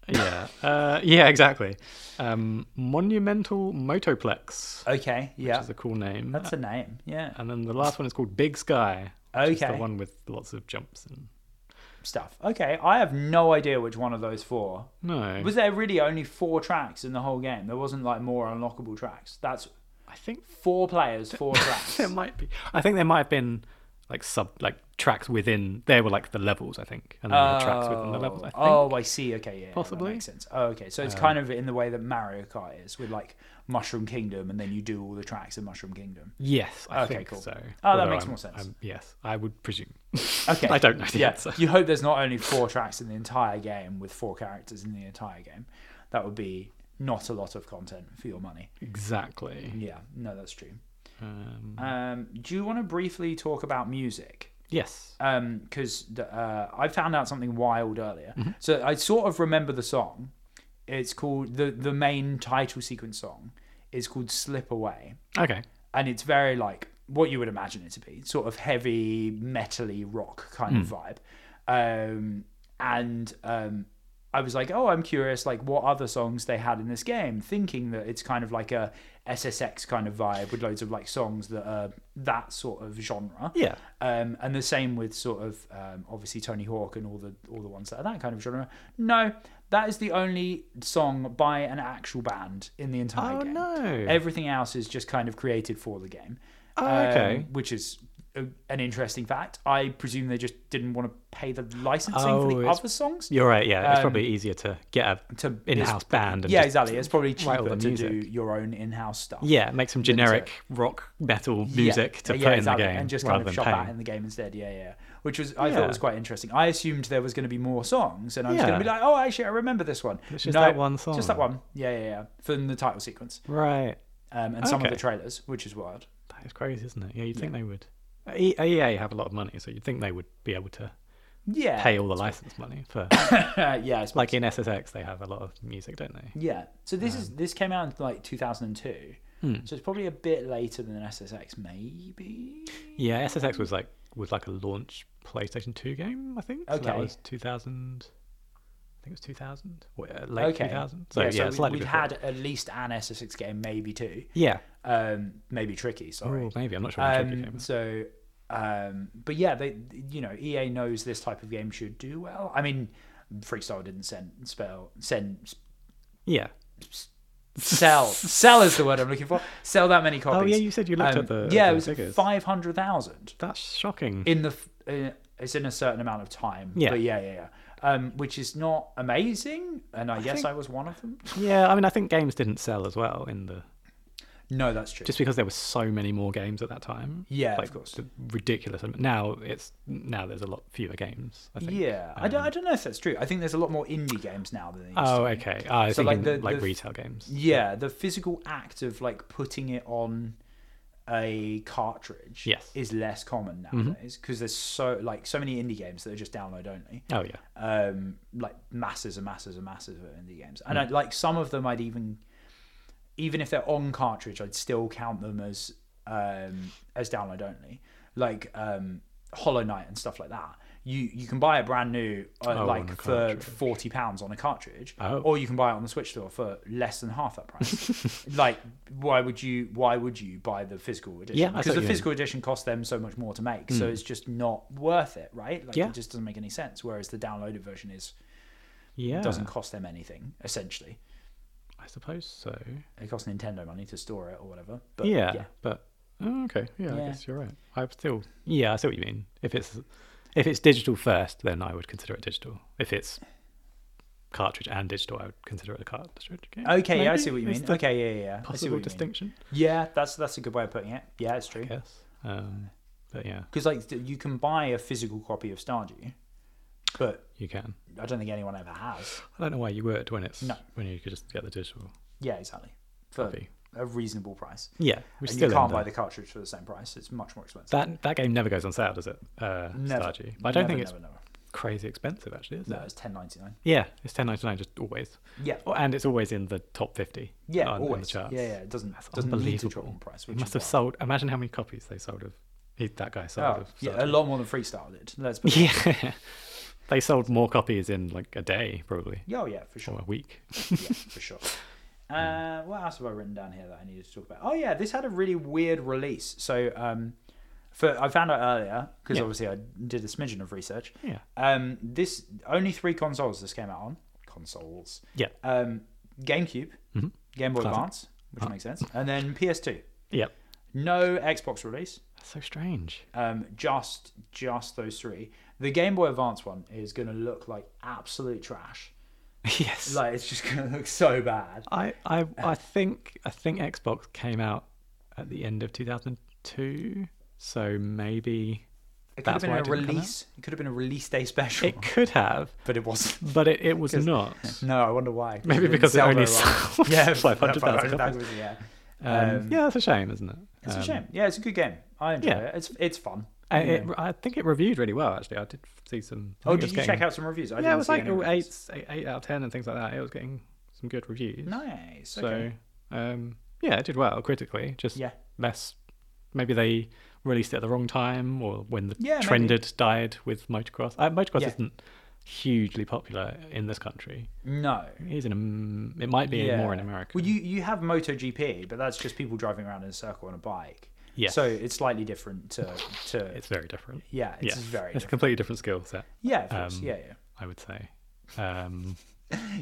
B: yeah. Uh, yeah, exactly. Um, Monumental Motoplex,
A: okay, yeah,
B: which is Um, a cool name. <laughs>
A: that's a name. Yeah,
B: and then the last one is called Big Sky. Which Is the
A: Okay.
B: one with lots of jumps and.
A: stuff. Okay, I have no idea which one of those four.
B: No.
A: Was there really only four tracks in the whole game? There wasn't like more unlockable tracks. That's
B: I think <laughs>
A: four players, four tracks.
B: there might be. I think there might have been like sub like tracks within. They were like the levels, I think, and there were tracks within the levels. I think.
A: Oh, I see. Okay, yeah, yeah,
B: Possibly. Um,
A: that makes sense. Oh, okay, so it's kind of in the way that Mario Kart is with like Mushroom Kingdom, and then you do all the tracks in Mushroom Kingdom.
B: Yes, I
A: Okay,
B: think
A: cool.
B: so.
A: Oh, that makes more sense.
B: yes, I
A: <laughs>
B: would presume. <laughs>
A: Okay,
B: I don't know the
A: yeah,
B: answer.
A: you hope there's not only four tracks in the entire game with four characters in the entire game. That would be not a lot of content for your money.
B: Exactly.
A: Yeah, no, that's true.
B: Um,
A: Um, do you want to briefly talk about music?
B: yes.
A: because uh, I found out something wild earlier.
B: Mm-hmm.
A: So I sort of remember the song. It's called the the main title sequence song is called "Slip Away,"
B: Okay.
A: and it's very like what you would imagine it to be, sort of heavy metally rock kind of vibe. Um, and um, I was like, oh, I'm curious, like what other songs they had in this game, thinking that it's kind of like a SSX kind of vibe with loads of like songs that are that sort of genre.
B: Yeah.
A: Um, and the same with sort of um, obviously Tony Hawk and all the all the ones that are that kind of genre. No, that is the only song by an actual band in the entire
B: Oh,
A: game.
B: no.
A: Everything else is just kind of created for the game. Um,
B: Oh, okay.
A: Which is a, an interesting fact. I presume they just didn't want to pay the licensing for
B: Oh,
A: the
B: it's-
A: other songs.
B: You're right. Yeah, it's
A: Um,
B: probably easier to get a
A: To
B: in-house band. And
A: yeah,
B: just-
A: exactly. It's probably
B: write all
A: cheaper
B: the
A: to do
B: music.
A: your own in-house stuff.
B: Yeah, make some
A: to-
B: generic rock metal
A: Yeah,
B: music to
A: yeah,
B: play
A: exactly,
B: in the game
A: and just
B: rather
A: kind of
B: than
A: shot
B: paying.
A: that in the game instead. Yeah, yeah. Which was I
B: Yeah.
A: thought was quite interesting. I assumed there was going to be more songs, and I was going
B: Yeah.
A: to be like, oh, actually, I remember this one.
B: It's just that one
A: Just that
B: song.
A: one. Yeah, yeah, yeah. From the title sequence
B: Right.
A: um, and some of
B: Okay.
A: the trailers, which is wild.
B: That is crazy, isn't it? Yeah, you'd think they would. E- EA have a lot of money, so you'd think they would be able to
A: Yeah,
B: pay all the license money
A: <coughs>
B: for.
A: <laughs> yeah, it's
B: like in SSX, they have a lot of music, don't they?
A: yeah. So this
B: um,
A: is this came out in like 2002,
B: hmm.
A: so it's probably a bit later than SSX, maybe.
B: Yeah, SSX was like was like a launch PlayStation Two game, I think. So
A: Okay.
B: that was two thousand. I think it was two thousand, uh, late
A: okay.
B: two thousand. So
A: yeah,
B: yeah,
A: so we,
B: slightly
A: we'd
B: before.
A: had at least an SSX game, maybe two,
B: Yeah,
A: um, maybe tricky. Sorry.
B: Ooh, maybe I'm not sure. Which one it
A: Um,
B: came out.
A: so, um, but yeah, they you know EA knows this type of game should do well. I mean, Freestyle didn't send spell send
B: yeah. <laughs>
A: sell sell is the word I'm looking for. Sell that many copies.
B: Oh,
A: Um,
B: yeah, you said you looked at the-
A: yeah
B: the
A: it was
B: figures.
A: five hundred thousand
B: That's shocking.
A: in the f- uh, it's in a certain amount of time.
B: Yeah.
A: but yeah, yeah, yeah. Um, which is not amazing, and I, guess
B: think-
A: I was one of them.
B: yeah, I mean, I think games didn't sell as well in the
A: No, that's true.
B: just because there were so many more games at that time.
A: Yeah, of
B: like,
A: course.
B: the Ridiculous. am- Now it's now there's a lot fewer games. I think. Um,
A: yeah, I don't. I don't know if that's true. I think there's a lot more indie games now than there used to
B: Oh,
A: be.
B: okay. Ah, I was
A: So, like,
B: thinking like,
A: the- the-
B: retail games.
A: Yeah, the physical act of like putting it on a cartridge
B: Yes.
A: is less common nowadays because there's so like so many indie games that are just download only.
B: Oh yeah.
A: Um, like masses and masses and masses of indie games,
B: Hmm.
A: and I, like some of them, I'd even even if they're on cartridge, I'd still count them as um, as download only, like um, Hollow Knight and stuff like that. You you can buy it brand new, uh,
B: Oh, on
A: like
B: a
A: for
B: cartridge.
A: forty pounds on a cartridge,
B: Oh.
A: or you can buy it on the Switch store for less than half that
B: <laughs>
A: price. like, why would you? Why would you buy the physical edition?
B: Yeah, I see
A: because the
B: what you mean.
A: physical edition costs them so much more to make, so it's just not worth it, right? Like,
B: Yeah.
A: it just doesn't make any sense. Whereas the downloaded version is
B: Yeah.
A: doesn't cost them anything essentially.
B: I suppose so.
A: It costs Nintendo money to store it or whatever. But
B: yeah,
A: yeah.
B: but oh, okay,
A: Yeah.
B: yeah, I guess you're right. I would still, yeah, I see what you mean. If it's if it's digital first, then I would consider it digital. If it's cartridge and digital, I would consider it a cartridge game.
A: Okay, I
B: maybe?
A: see what you
B: Is
A: mean.
B: the
A: Okay, yeah, yeah, yeah. I see what
B: possible
A: you mean.
B: distinction.
A: Yeah, that's that's a good way of putting it. Yeah, it's true.
B: Yes, um, but yeah,
A: Because like th- you can buy a physical copy of Stardew, but
B: you can.
A: I don't think anyone ever has.
B: I don't know why you would when it's
A: No.
B: when you could just get the digital
A: Yeah, exactly. For
B: copy.
A: a reasonable price.
B: Yeah, we
A: And
B: still
A: you can't
B: end
A: buy
B: up-
A: the cartridge for the same price. It's much more expensive.
B: <laughs> that that game never goes on sale, does it? Uh,
A: Never.
B: Stardew. But I don't
A: Never,
B: think it's
A: never, never.
B: crazy expensive, actually, is
A: No,
B: it?
A: it's ten ninety nine.
B: Yeah, it's ten ninety nine, just always.
A: Yeah,
B: Oh, and it's always in the top 50
A: yeah,
B: on, on the
A: always. Yeah,
B: charts.
A: yeah. It doesn't
B: That's
A: doesn't need to drop
B: unbelievable.
A: in price.
B: It
A: Which
B: must have
A: is wild.
B: sold. Imagine how many copies they sold of. He, that guy sold
A: Oh,
B: of.
A: yeah, a
B: Sartre.
A: lot more than Freestyle did. Let's. Put <laughs> it.
B: <laughs> Yeah. they sold more copies in like a day, probably,
A: Yeah, oh, yeah, for sure.
B: or a week.
A: yeah, for <laughs> sure. Uh, what else have I written down here that I needed to talk about? Oh yeah, this had a really weird release. So um, for I found out earlier because
B: Yeah.
A: obviously I did a smidgen of research.
B: Yeah.
A: Um, this only three consoles this came out on consoles.
B: Yeah.
A: Um, GameCube, Game Boy
B: Classic.
A: Uh-huh. Advance, which makes sense, and then PS2.
B: Yep.
A: No Xbox release.
B: That's so strange. <laughs>
A: Um, just just those three. The Game Boy Advance one is going to look like absolute trash.
B: yes.
A: Like it's just <laughs> going to look so bad.
B: I,
A: Uh,
B: I I think I think Xbox came out at the end of 2002, so maybe
A: It could
B: That's why
A: have
B: it
A: been a
B: didn't come out?
A: release. It could have been a release day special,
B: it could have,
A: but it
B: <laughs>
A: wasn't.
B: but it, it was not.
A: <laughs> No, I wonder why.
B: Maybe
A: didn't
B: because it
A: sell
B: only
A: very well. <laughs>
B: sold <laughs>
A: yeah,
B: 500,000
A: copies. Yeah,
B: Um,
A: Um,
B: yeah, that's a shame, isn't it?
A: it's a
B: Um,
A: shame. Yeah, it's a good game. I enjoy
B: yeah.
A: it. It's it's fun.
B: and
A: you
B: it,
A: know.
B: I think it reviewed really well. Actually, I did see some. I
A: oh,
B: think it
A: did
B: was
A: you
B: getting-
A: check out some reviews? I
B: Yeah,
A: didn't
B: it was
A: see
B: like
A: any
B: all
A: reviews.
B: eight, eight, eight out of ten and things like that. It was getting some good reviews.
A: Nice.
B: so,
A: Okay.
B: um, yeah, it did well critically. Just
A: Yeah.
B: less. Maybe they released it at the wrong time, or when the
A: Yeah, maybe.
B: trend had died with motocross. Uh, motocross
A: Yeah.
B: isn't hugely popular in this country.
A: No.
B: It is in. Am- It might be
A: Yeah.
B: more in America.
A: Well, you you have MotoGP, but that's just people driving around in a circle on a bike.
B: Yes.
A: So it's slightly different to to
B: It's very different.
A: yeah. It's very
B: yeah, It's a
A: different.
B: completely different skill set.
A: yeah. Of course.
B: um,
A: yeah. Yeah.
B: I would say.
A: <laughs>
B: Um,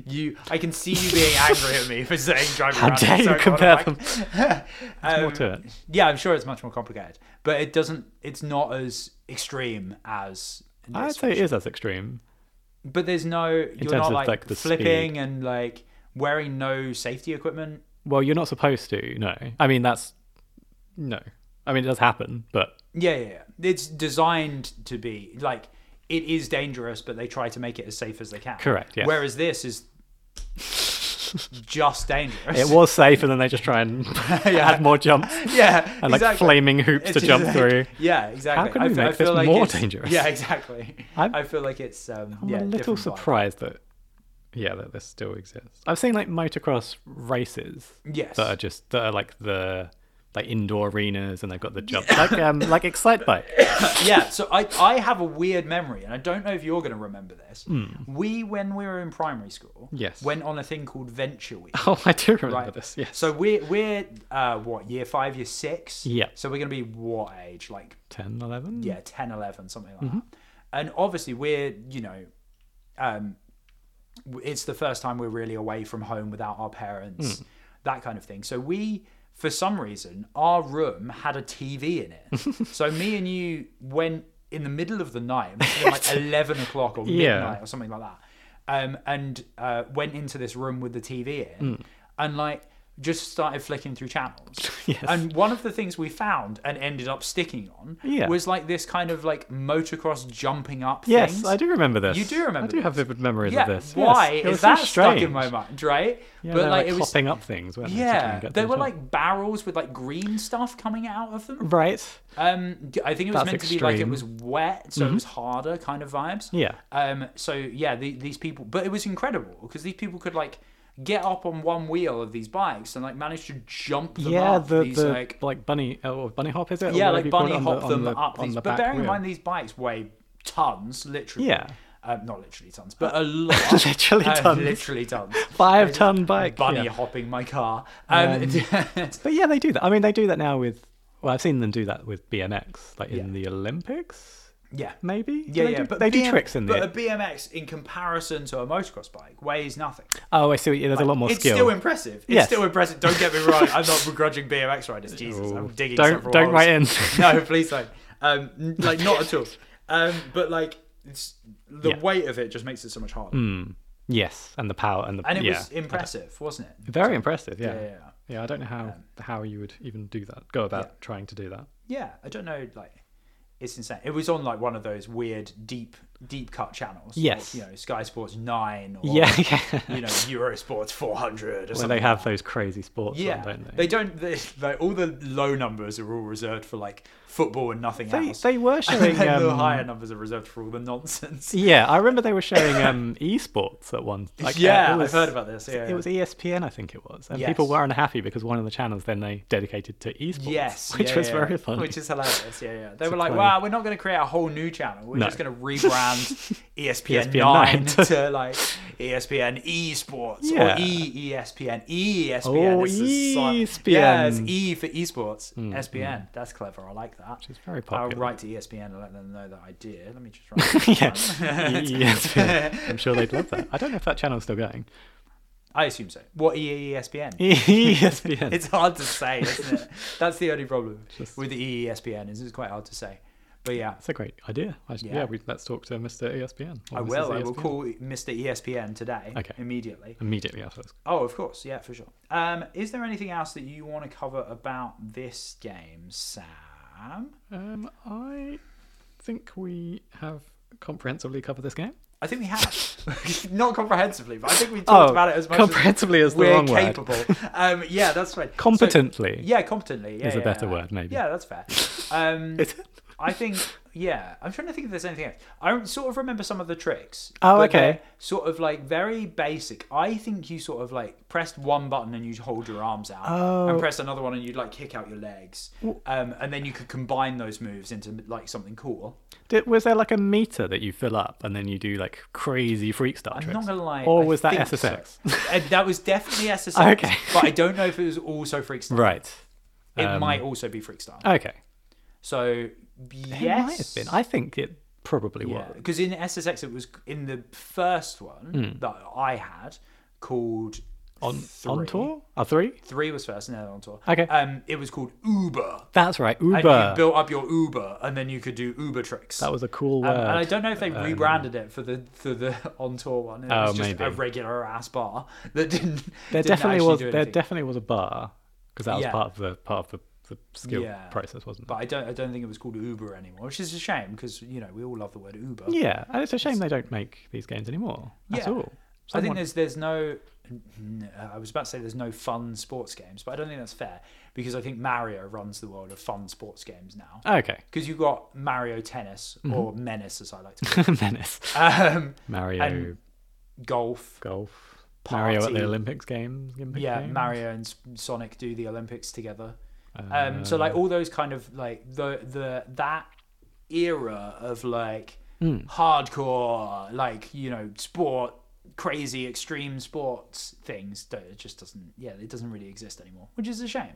A: You, I can see you being angry at me for saying driving around.
B: dare
A: in a
B: you
A: circle on a
B: compare
A: bike. <laughs>
B: them.
A: um,
B: more to it.
A: Yeah, I'm sure it's much more complicated, but it doesn't. It's not as extreme as. this
B: I'd say it is as extreme.
A: But there's no. You're
B: terms
A: not
B: of,
A: like,
B: like, the
A: flipping
B: speed.
A: and like wearing no safety equipment.
B: Well, you're not supposed to. No, I mean that's no. I mean it does happen, but
A: Yeah, yeah, yeah. It's designed to be like it is dangerous, but they try to make it as safe as they can.
B: Correct, yes.
A: Whereas this
B: <laughs>
A: is just dangerous. <laughs>
B: it was safe, and then they just try and <laughs> add more jumps
A: Yeah,
B: and like
A: exactly.
B: flaming hoops to
A: It's
B: jump
A: like-
B: through.
A: <laughs> Yeah, exactly.
B: can
A: I
B: we
A: fe- I
B: make
A: feel
B: this
A: like
B: more
A: it's-
B: dangerous?
A: Yeah, exactly.
B: <laughs> I'm-
A: i feel like it's um,
B: I'm
A: yeah,
B: a little
A: different vibe.
B: surprised that yeah that this still exists. I've seen like motocross races
A: Yes.
B: that are just that are like the like indoor arenas, and they've got the jump like um like Excite Bike.
A: <laughs> <laughs> yeah. So I I have a weird memory, and I don't know if you're going to remember this. We when we were in primary school,
B: Hmm. Yes.
A: went on a thing called Venture Week.
B: Oh, I do remember
A: Right.
B: this. <laughs> Yes,
A: So we're we're uh, what year five, year six.
B: Yeah.
A: So we're gonna be what age? Like
B: 10, 11?
A: yeah, 10, 11, something like that. And obviously we're you know, um, w- it's the first time we're really away from home without our parents, that kind of thing. So we. For some reason, our room had a TV in it. so me and you went in the middle of the night, it must have been like eleven o'clock or midnight
B: Yeah.
A: or something like that, um, and uh, went into this room with the TV in,
B: Hmm.
A: and like just started flicking through channels.
B: <laughs> Yes.
A: And one of the things we found and ended up sticking on
B: Yeah.
A: was like this kind of like motocross jumping up.
B: Yes,
A: things.
B: I do remember this.
A: You do remember
B: I do have vivid memories
A: Yeah.
B: of this. Yes,
A: Why
B: it
A: is
B: was so
A: that stuck in
B: strange.
A: my mind? Right.
B: Yeah, but like, hopping up things. Weren't they, to try
A: Yeah,
B: and get
A: they
B: them
A: were
B: to-
A: like barrels with like green stuff coming out of them.
B: right.
A: Um, I think it was
B: That's
A: meant to be like it
B: extreme. Mm-hmm.
A: was wet, so it was harder kind of vibes.
B: Yeah.
A: Um. So yeah, the, these people, but it was incredible because these people could like get up on one wheel of these bikes and like manage to jump them
B: Yeah,
A: up.
B: the,
A: these,
B: the
A: like
B: like, bunny oh, bunny hop is it? Or
A: yeah,
B: whatever
A: like
B: you call it,
A: bunny
B: on
A: hop
B: the, on
A: them
B: the-
A: up.
B: on
A: These,
B: the
A: but
B: back
A: bearing in
B: wheel.
A: mind, these bikes weigh tons, literally.
B: Yeah.
A: Um, not literally tons,
B: <laughs>
A: but a lot.
B: Literally
A: Uh,
B: tons.
A: Literally tons.
B: <laughs> five ton bike
A: Bunny
B: yeah.
A: hopping my car. Um,
B: But yeah, they do that. I mean, they do that now with. Well, I've seen them do that with BMX, like in
A: Yeah.
B: the Olympics,
A: <laughs> yeah.
B: maybe. Do
A: Yeah,
B: they
A: yeah,
B: do,
A: but
B: they
A: BM
B: do tricks in
A: But
B: there.
A: a BMX in comparison to a motocross bike weighs nothing.
B: oh, I see. Yeah, there's a lot more
A: it's
B: skill.
A: still impressive. It's
B: Yes.
A: still impressive. Don't get me wrong. I'm
B: <laughs>
A: not begrudging BMX riders. Jesus, I'm
B: Ooh.
A: digging.
B: Don't-
A: several
B: don't
A: holes.
B: write
A: <laughs>
B: in.
A: no, please don't. Um, n- like not at all.
B: <laughs>
A: Um, but like it's the
B: Yeah.
A: weight of it just makes it so much harder.
B: <laughs> Hmm. yes, and the power and the
A: And it
B: yeah.
A: was impressive, wasn't it?
B: very impressive. Yeah.
A: Yeah, yeah, Um,
B: yeah,
A: yeah.
B: I don't know how how you would even do that. Go about trying to do that.
A: Yeah, I don't know. Like it's insane. It was on like one of those weird deep deep cut channels. like,
B: Yes.
A: you know Sky Sports Nine or
B: Yeah, <laughs> yeah.
A: you know Eurosports 400 or
B: Well,
A: something.
B: they have those crazy sports,
A: Yeah,
B: on, don't they?
A: they don't. They, <laughs> like, all the low numbers are all reserved for like football and nothing
B: They,
A: else.
B: they
A: <laughs>
B: were
A: and
B: showing.
A: then the
B: um,
A: higher numbers are reserved for all the nonsense.
B: <laughs> Yeah, I remember they were showing um, <laughs> esports
A: <laughs>
B: at one. Like, uh,
A: yeah,
B: it was-
A: I've heard about this. Yeah,
B: It was E ESPN, I think it was, and
A: Yes.
B: people were unhappy because one of the channels then they dedicated to esports, <laughs>
A: yes,
B: which
A: yeah,
B: was
A: yeah, yeah.
B: very funny.
A: which is hilarious. Yeah, yeah. They were
B: a
A: like,
B: funny-
A: "Wow, we're not going to create a whole new channel. We're
B: No. E
A: just going to
B: <laughs>
A: rebrand E ESPN,
B: ESPN
A: Nine <laughs>
B: nine
A: to,
B: to-
A: like E ESPN Esports
B: Yeah.
A: or E ESPN ESPN.
B: Oh,
A: It's a sci- Yeah, it's
B: ESPN.
A: E for esports.
B: Mm,
A: ESPN. That's clever. I like that.
B: Which is very
A: I'll
B: popular.
A: write to E ESPN and let them know that I did. Let me just
B: <laughs>
A: write.
B: E
A: <laughs>
B: yeah, ESPN. I'm sure they'd love that. I don't know if that channel's still going.
A: I assume so. What E EA ESPN?
B: E
A: <laughs>
B: ESPN.
A: It's hard to say, isn't it? That's the only problem with E the ESPN is it's quite hard to say. But yeah,
B: That's a great idea. I should, yeah,
A: Yeah.
B: we, let's talk to E Mr. ESPN.
A: I
B: or Mrs.
A: will. I will
B: ESPN.
A: call E Mr. ESPN today.
B: Okay.
A: Immediately.
B: immediately after this.
A: Oh, of course. Yeah, for sure. Um, is there anything else that you want to cover about this game, Sam?
B: Um, I think we have comprehensively covered this game.
A: I think we
B: <laughs>
A: have. Not comprehensively, but I think we talked about it as much
B: comprehensively
A: as
B: is Oh, the
A: we're
B: wrong word.
A: capable. um, yeah, that's right. So-
B: Competently.
A: yeah, competently. Yeah,
B: Is a
A: yeah,
B: better
A: yeah.
B: word, maybe.
A: Yeah, that's
B: <laughs>
A: fair. Um,
B: Is it?
A: I think, yeah, I'm trying to think if there's anything else. I sort of remember some of the tricks.
B: Oh,
A: but
B: okay.
A: they're Sort of like very basic. I think you sort of like pressed one button and you'd hold your arms out,
B: Oh.
A: and press another one and you'd like kick out your legs, um, and then you could combine those moves into like something cool.
B: Did, was there like a meter that you fill up and then you do like crazy freak star
A: I'm
B: tricks?
A: not gonna lie.
B: Or
A: I
B: was that
A: think
B: SSX?
A: so. Uh, that was definitely SSX.
B: <laughs> Okay.
A: but I don't know if it was also Freakstar.
B: Right.
A: It
B: Um,
A: might also be Freakstar.
B: Okay.
A: So
B: It
A: yes,
B: might have been. I think it probably was.
A: Because in SSX, it was in the first one that I had called
B: Hmm. On
A: three.
B: on tour? Oh, three?
A: Three was first, and then on tour.
B: Okay.
A: Um, it was called Uber.
B: That's right.
A: And
B: Uber.
A: you built up your Uber, and then you could do Uber tricks.
B: that was a cool
A: um,
B: word. Uh,
A: and I don't know if they rebranded it for the for the <laughs> on tour one. It
B: Oh,
A: was just a
B: maybe.
A: regular ass bar that didn't.
B: there
A: didn't
B: definitely
A: actually
B: was.
A: do
B: There
A: anything.
B: definitely was a bar because that was
A: Yeah.
B: part of the part of the, the skill
A: Yeah.
B: process, wasn't it?
A: but I don't. I don't think it was called Uber anymore, which is a shame because you know we all love the word Uber.
B: Yeah, and it's a shame they don't make these games anymore at
A: Yeah.
B: all.
A: I think
B: Someone-
A: there's there's no. n- uh, I was about to say there's no fun sports games, but I don't think that's fair because I think Mario runs the world of fun sports games now.
B: okay. <laughs>
A: Because you've got Mario Tennis or Menace, as I like to call
B: Menace,
A: it, <laughs> um,
B: Mario,
A: and golf.
B: golf, Mario at
A: party.
B: the Olympics games. Olympic
A: Yeah,
B: games?
A: Mario and S- Sonic do the Olympics together. Um, so
B: Uh.
A: like all those kind of like the the that era of like
B: Hmm.
A: hardcore like you know sport crazy extreme sports things don't- it just doesn't yeah it doesn't really exist anymore which is a shame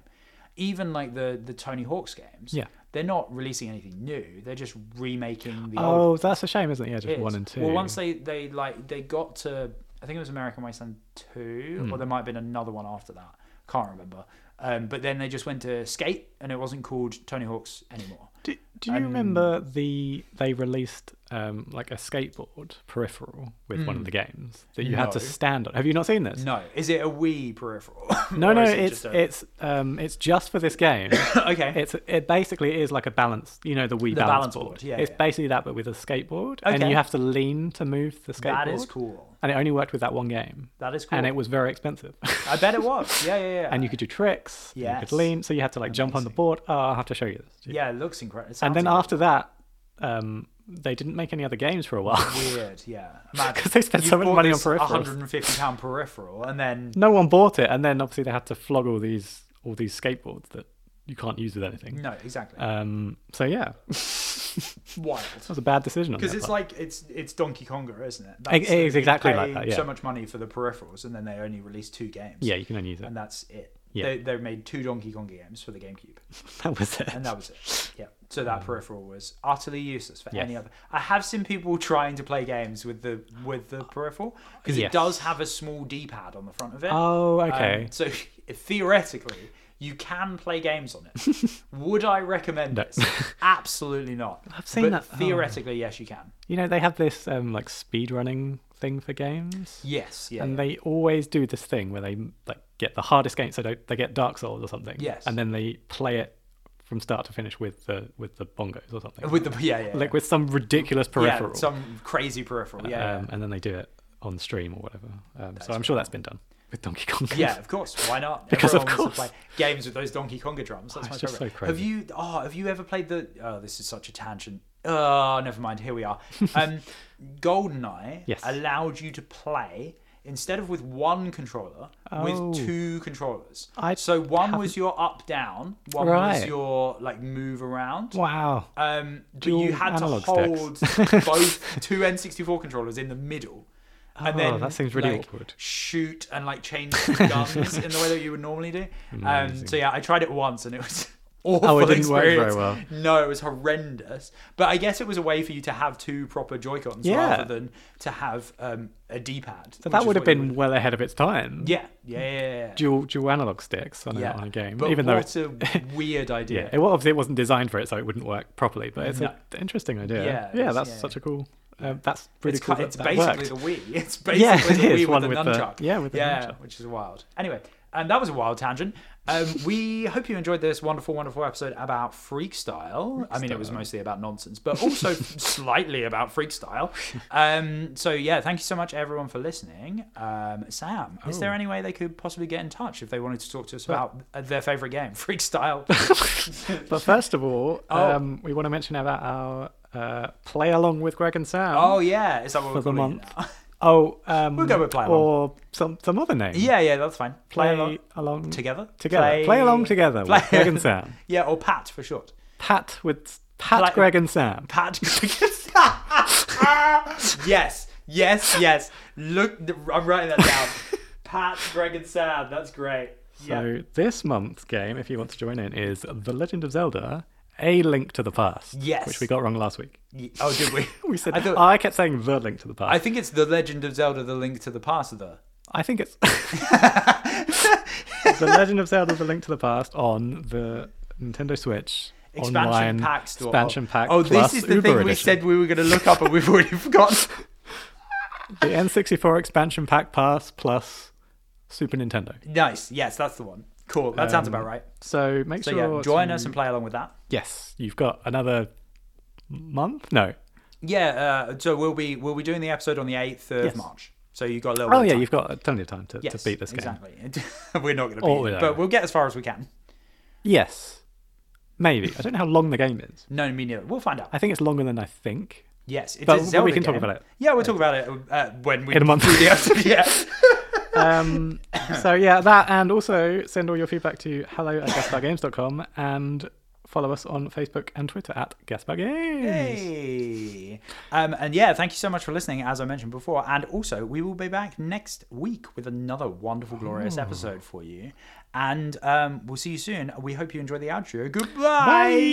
A: even like the the tony hawk's games
B: Yeah.
A: they're not releasing anything new they're just remaking the old
B: Oh, that's a shame, isn't it? Yeah, just
A: it is.
B: one and two.
A: Well, once they they like they got to, I think it was American Wasteland two,
B: Hmm.
A: or there might have been another one after that. Can't remember. Um, but then they just went to Skate, and it wasn't called Tony Hawk's anymore.
B: do, do you remember the they released um, like a skateboard peripheral with one of the games that you had to
A: Hmm. No.
B: stand on? Have you not seen this?
A: No, is it a Wii peripheral? <laughs>
B: no,
A: Or
B: no
A: is it
B: it's
A: just a-
B: it's um, it's just for this game.
A: <coughs> okay.
B: It's it basically is like a balance, you know, the Wii
A: The balance
B: balance,
A: board, yeah,
B: it's
A: yeah.
B: basically that, but with a skateboard, and
A: Okay.
B: you have to lean to move the skateboard.
A: that is cool.
B: and it only worked with that one game.
A: That is cool.
B: And it was very expensive.
A: I bet it was. Yeah, yeah, yeah.
B: <laughs> and you could do tricks. and You
A: Yes.
B: could lean. So you had to like jump on the
A: Amazing.
B: board. Oh, I'll have to show you this.
A: yeah, it looks incredible.
B: and then after that, um, they didn't make any other games for a while. <laughs>
A: weird, yeah. Because
B: they spent so much money on peripherals.
A: hundred and fifty pound peripheral, and then
B: no one bought it. And then obviously they had to flog all these all these skateboards that you can't use with anything.
A: no, exactly.
B: Um, so yeah, <laughs> that
A: Wild.
B: was a bad decision. on
A: Because
B: their
A: it's
B: part.
A: like it's it's Donkey Konga, isn't it?
B: It- it is
A: you
B: exactly like
A: pay
B: that, yeah.
A: So much money for the peripherals, and then they only release two games.
B: yeah, you can only use it.
A: and that's it.
B: Yeah.
A: They they made two Donkey Konga games for the GameCube,
B: <laughs> That was it.
A: and that was
B: <laughs>
A: it. Yeah. So that peripheral was utterly useless for any
B: Mm. Yes.
A: other. I have seen people trying to play games with the with the peripheral because
B: Yes.
A: it does have a small D pad on the front of it.
B: Oh,
A: Um,
B: okay.
A: so <laughs> theoretically. You can play games on it.
B: <laughs>
A: Would I recommend this? Absolutely not. I've
B: seen that- oh.
A: Theoretically, yes, you can.
B: you know they have this um, like speedrunning thing for games.
A: Yes, yeah.
B: and they always do this thing where they like get the hardest game. So they, they get Dark Souls or something.
A: Yes.
B: And then they play it from start to finish with the with the bongos or something.
A: with the yeah, yeah, yeah.
B: like with some ridiculous peripheral.
A: yeah, some crazy peripheral. Yeah,
B: Um, and then they do it on stream or whatever. Um, so I'm sure that's been done with Donkey Kong.
A: yeah. yeah, of course. Why not?
B: Because of
A: Everyone wants
B: course.
A: to play games with those Donkey Konga drums. That's
B: Oh,
A: my
B: it's just
A: favorite.
B: so
A: Have
B: crazy.
A: you? Oh, have you ever played the? Oh, this is such a tangent. Oh, never mind. Here
B: <laughs>
A: we are. Um, GoldenEye
B: Yes.
A: allowed you to play instead of with one controller
B: Oh.
A: with two controllers.
B: I
A: so one was your up down, one was
B: Right.
A: your like move around.
B: <laughs> Wow.
A: Um, but
B: Dual
A: you had to
B: analog
A: hold <laughs>
B: <laughs>
A: both two N64 controllers in the middle. And
B: Oh,
A: then
B: that seems really
A: like,
B: awkward.
A: Shoot
B: <laughs>
A: and like change the guns in the way that you would normally do. Um, so yeah, I tried it once and it was <laughs> awful
B: Oh, it didn't work very
A: experience.
B: well.
A: No, it was horrendous. But I guess it was a way for you to have two proper Joy Cons
B: Yeah.
A: rather than to have um, a D pad.
B: So that would have been well ahead of its time.
A: yeah, yeah, yeah, yeah, yeah.
B: Dual dual analog sticks on,
A: yeah.
B: a, on a game,
A: But
B: even though
A: what
B: it's
A: a weird idea.
B: <laughs> yeah, it, well, obviously it wasn't designed for it, so it wouldn't work properly. But it's
A: No.
B: an interesting idea.
A: Yeah, it is,
B: that's
A: yeah.
B: such a cool. Um, that's pretty
A: it's
B: cool.
A: ki-
B: that
A: it's
B: that
A: basically
B: worked.
A: the Wii. <laughs> It's
B: Yeah,
A: basically
B: it
A: the
B: is,
A: Wii
B: one
A: with, a
B: with the-
A: nunchuck.
B: yeah, with the
A: yeah,
B: nunchuck.
A: which is wild. Anyway, and that was a wild tangent.
B: <laughs>
A: Um, we hope you enjoyed this wonderful, wonderful episode about freak style. I mean, it was mostly about nonsense, but
B: <laughs>
A: also slightly about freak style. Um, so yeah, thank you so much everyone for listening. Um, Sam, is there any way they could possibly get in touch if they wanted to talk to us about uh, their favorite game, <laughs> freak style?
B: But first of all,
A: <laughs> Oh.
B: um, we want to mention about our uh, play along with Greg and Sam.
A: oh yeah, is that what we're
B: the
A: calling
B: month.
A: it <laughs> now?
B: Oh, um,
A: We'll go with play along.
B: or some some other name.
A: yeah, yeah, that's fine.
B: play,
A: Play, along
B: along
A: together.
B: Together, play, along together.
A: play-
B: with Greg
A: <laughs>
B: and Sam.
A: Yeah, or Pat for short.
B: Pat with Pat,
A: Play-
B: Greg and Sam. <laughs>
A: Pat. <laughs> yes, yes, yes. Look, I'm writing that
B: <laughs>
A: down. Pat, Greg, and Sam. That's great.
B: So
A: Yeah.
B: this month's game, if you want to join in, is The Legend of Zelda: A Link to the Past.
A: Yes.
B: which we got wrong last week.
A: Ye- Oh, did we?
B: We said
A: I
B: I,
A: thought-
B: kept saying The Link to the Past.
A: <laughs> I
B: I,
A: think it's The Legend of Zelda: The Link to the Past. The
B: think
A: <laughs>
B: it's The Legend of Zelda: The Link to the Past on the Nintendo Switch.
A: expansion
B: online
A: pack store.
B: Expansion pack.
A: Oh, this
B: plus
A: is the
B: Uber
A: thing we
B: edition.
A: said we were going to look up, and we've already <laughs> forgotten.
B: The N64 expansion pack pass plus Super Nintendo.
A: Nice. Yes, that's the one. Cool. That sounds about right.
B: Um, So make
A: So
B: sure
A: yeah, join
B: to-
A: us and play along with that.
B: Yes, you've got another month. No.
A: Yeah. Uh, so we'll be we'll be doing the episode on the eighth of
B: Yes.
A: March. So you got a little. bit
B: Oh
A: of
B: yeah,
A: time.
B: you've got plenty of time to, to beat this game.
A: Exactly. <laughs> We're not going to beat
B: Or
A: it,
B: we don't.
A: but we'll get as far as we can.
B: Yes. Maybe. I don't know how long the game is.
A: No, me neither. We'll find out.
B: I think it's longer than I
A: <laughs>
B: think.
A: Yes, it's
B: But-
A: a
B: but we
A: Zelda
B: can talk
A: game.
B: about it.
A: Yeah, we'll talk about it uh, when we
B: In a month.
A: do the
B: <laughs>
A: episode. Yeah.
B: Um, so yeah, that and also send all your feedback to hello at gaspargames.com and follow us on Facebook and Twitter at gaspargames.
A: Hey. Um, and yeah, thank you so much for listening, as I mentioned before. And also, we will be back next week with another wonderful, glorious episode for you. And um, we'll see you soon. We hope you enjoy the outro. Goodbye.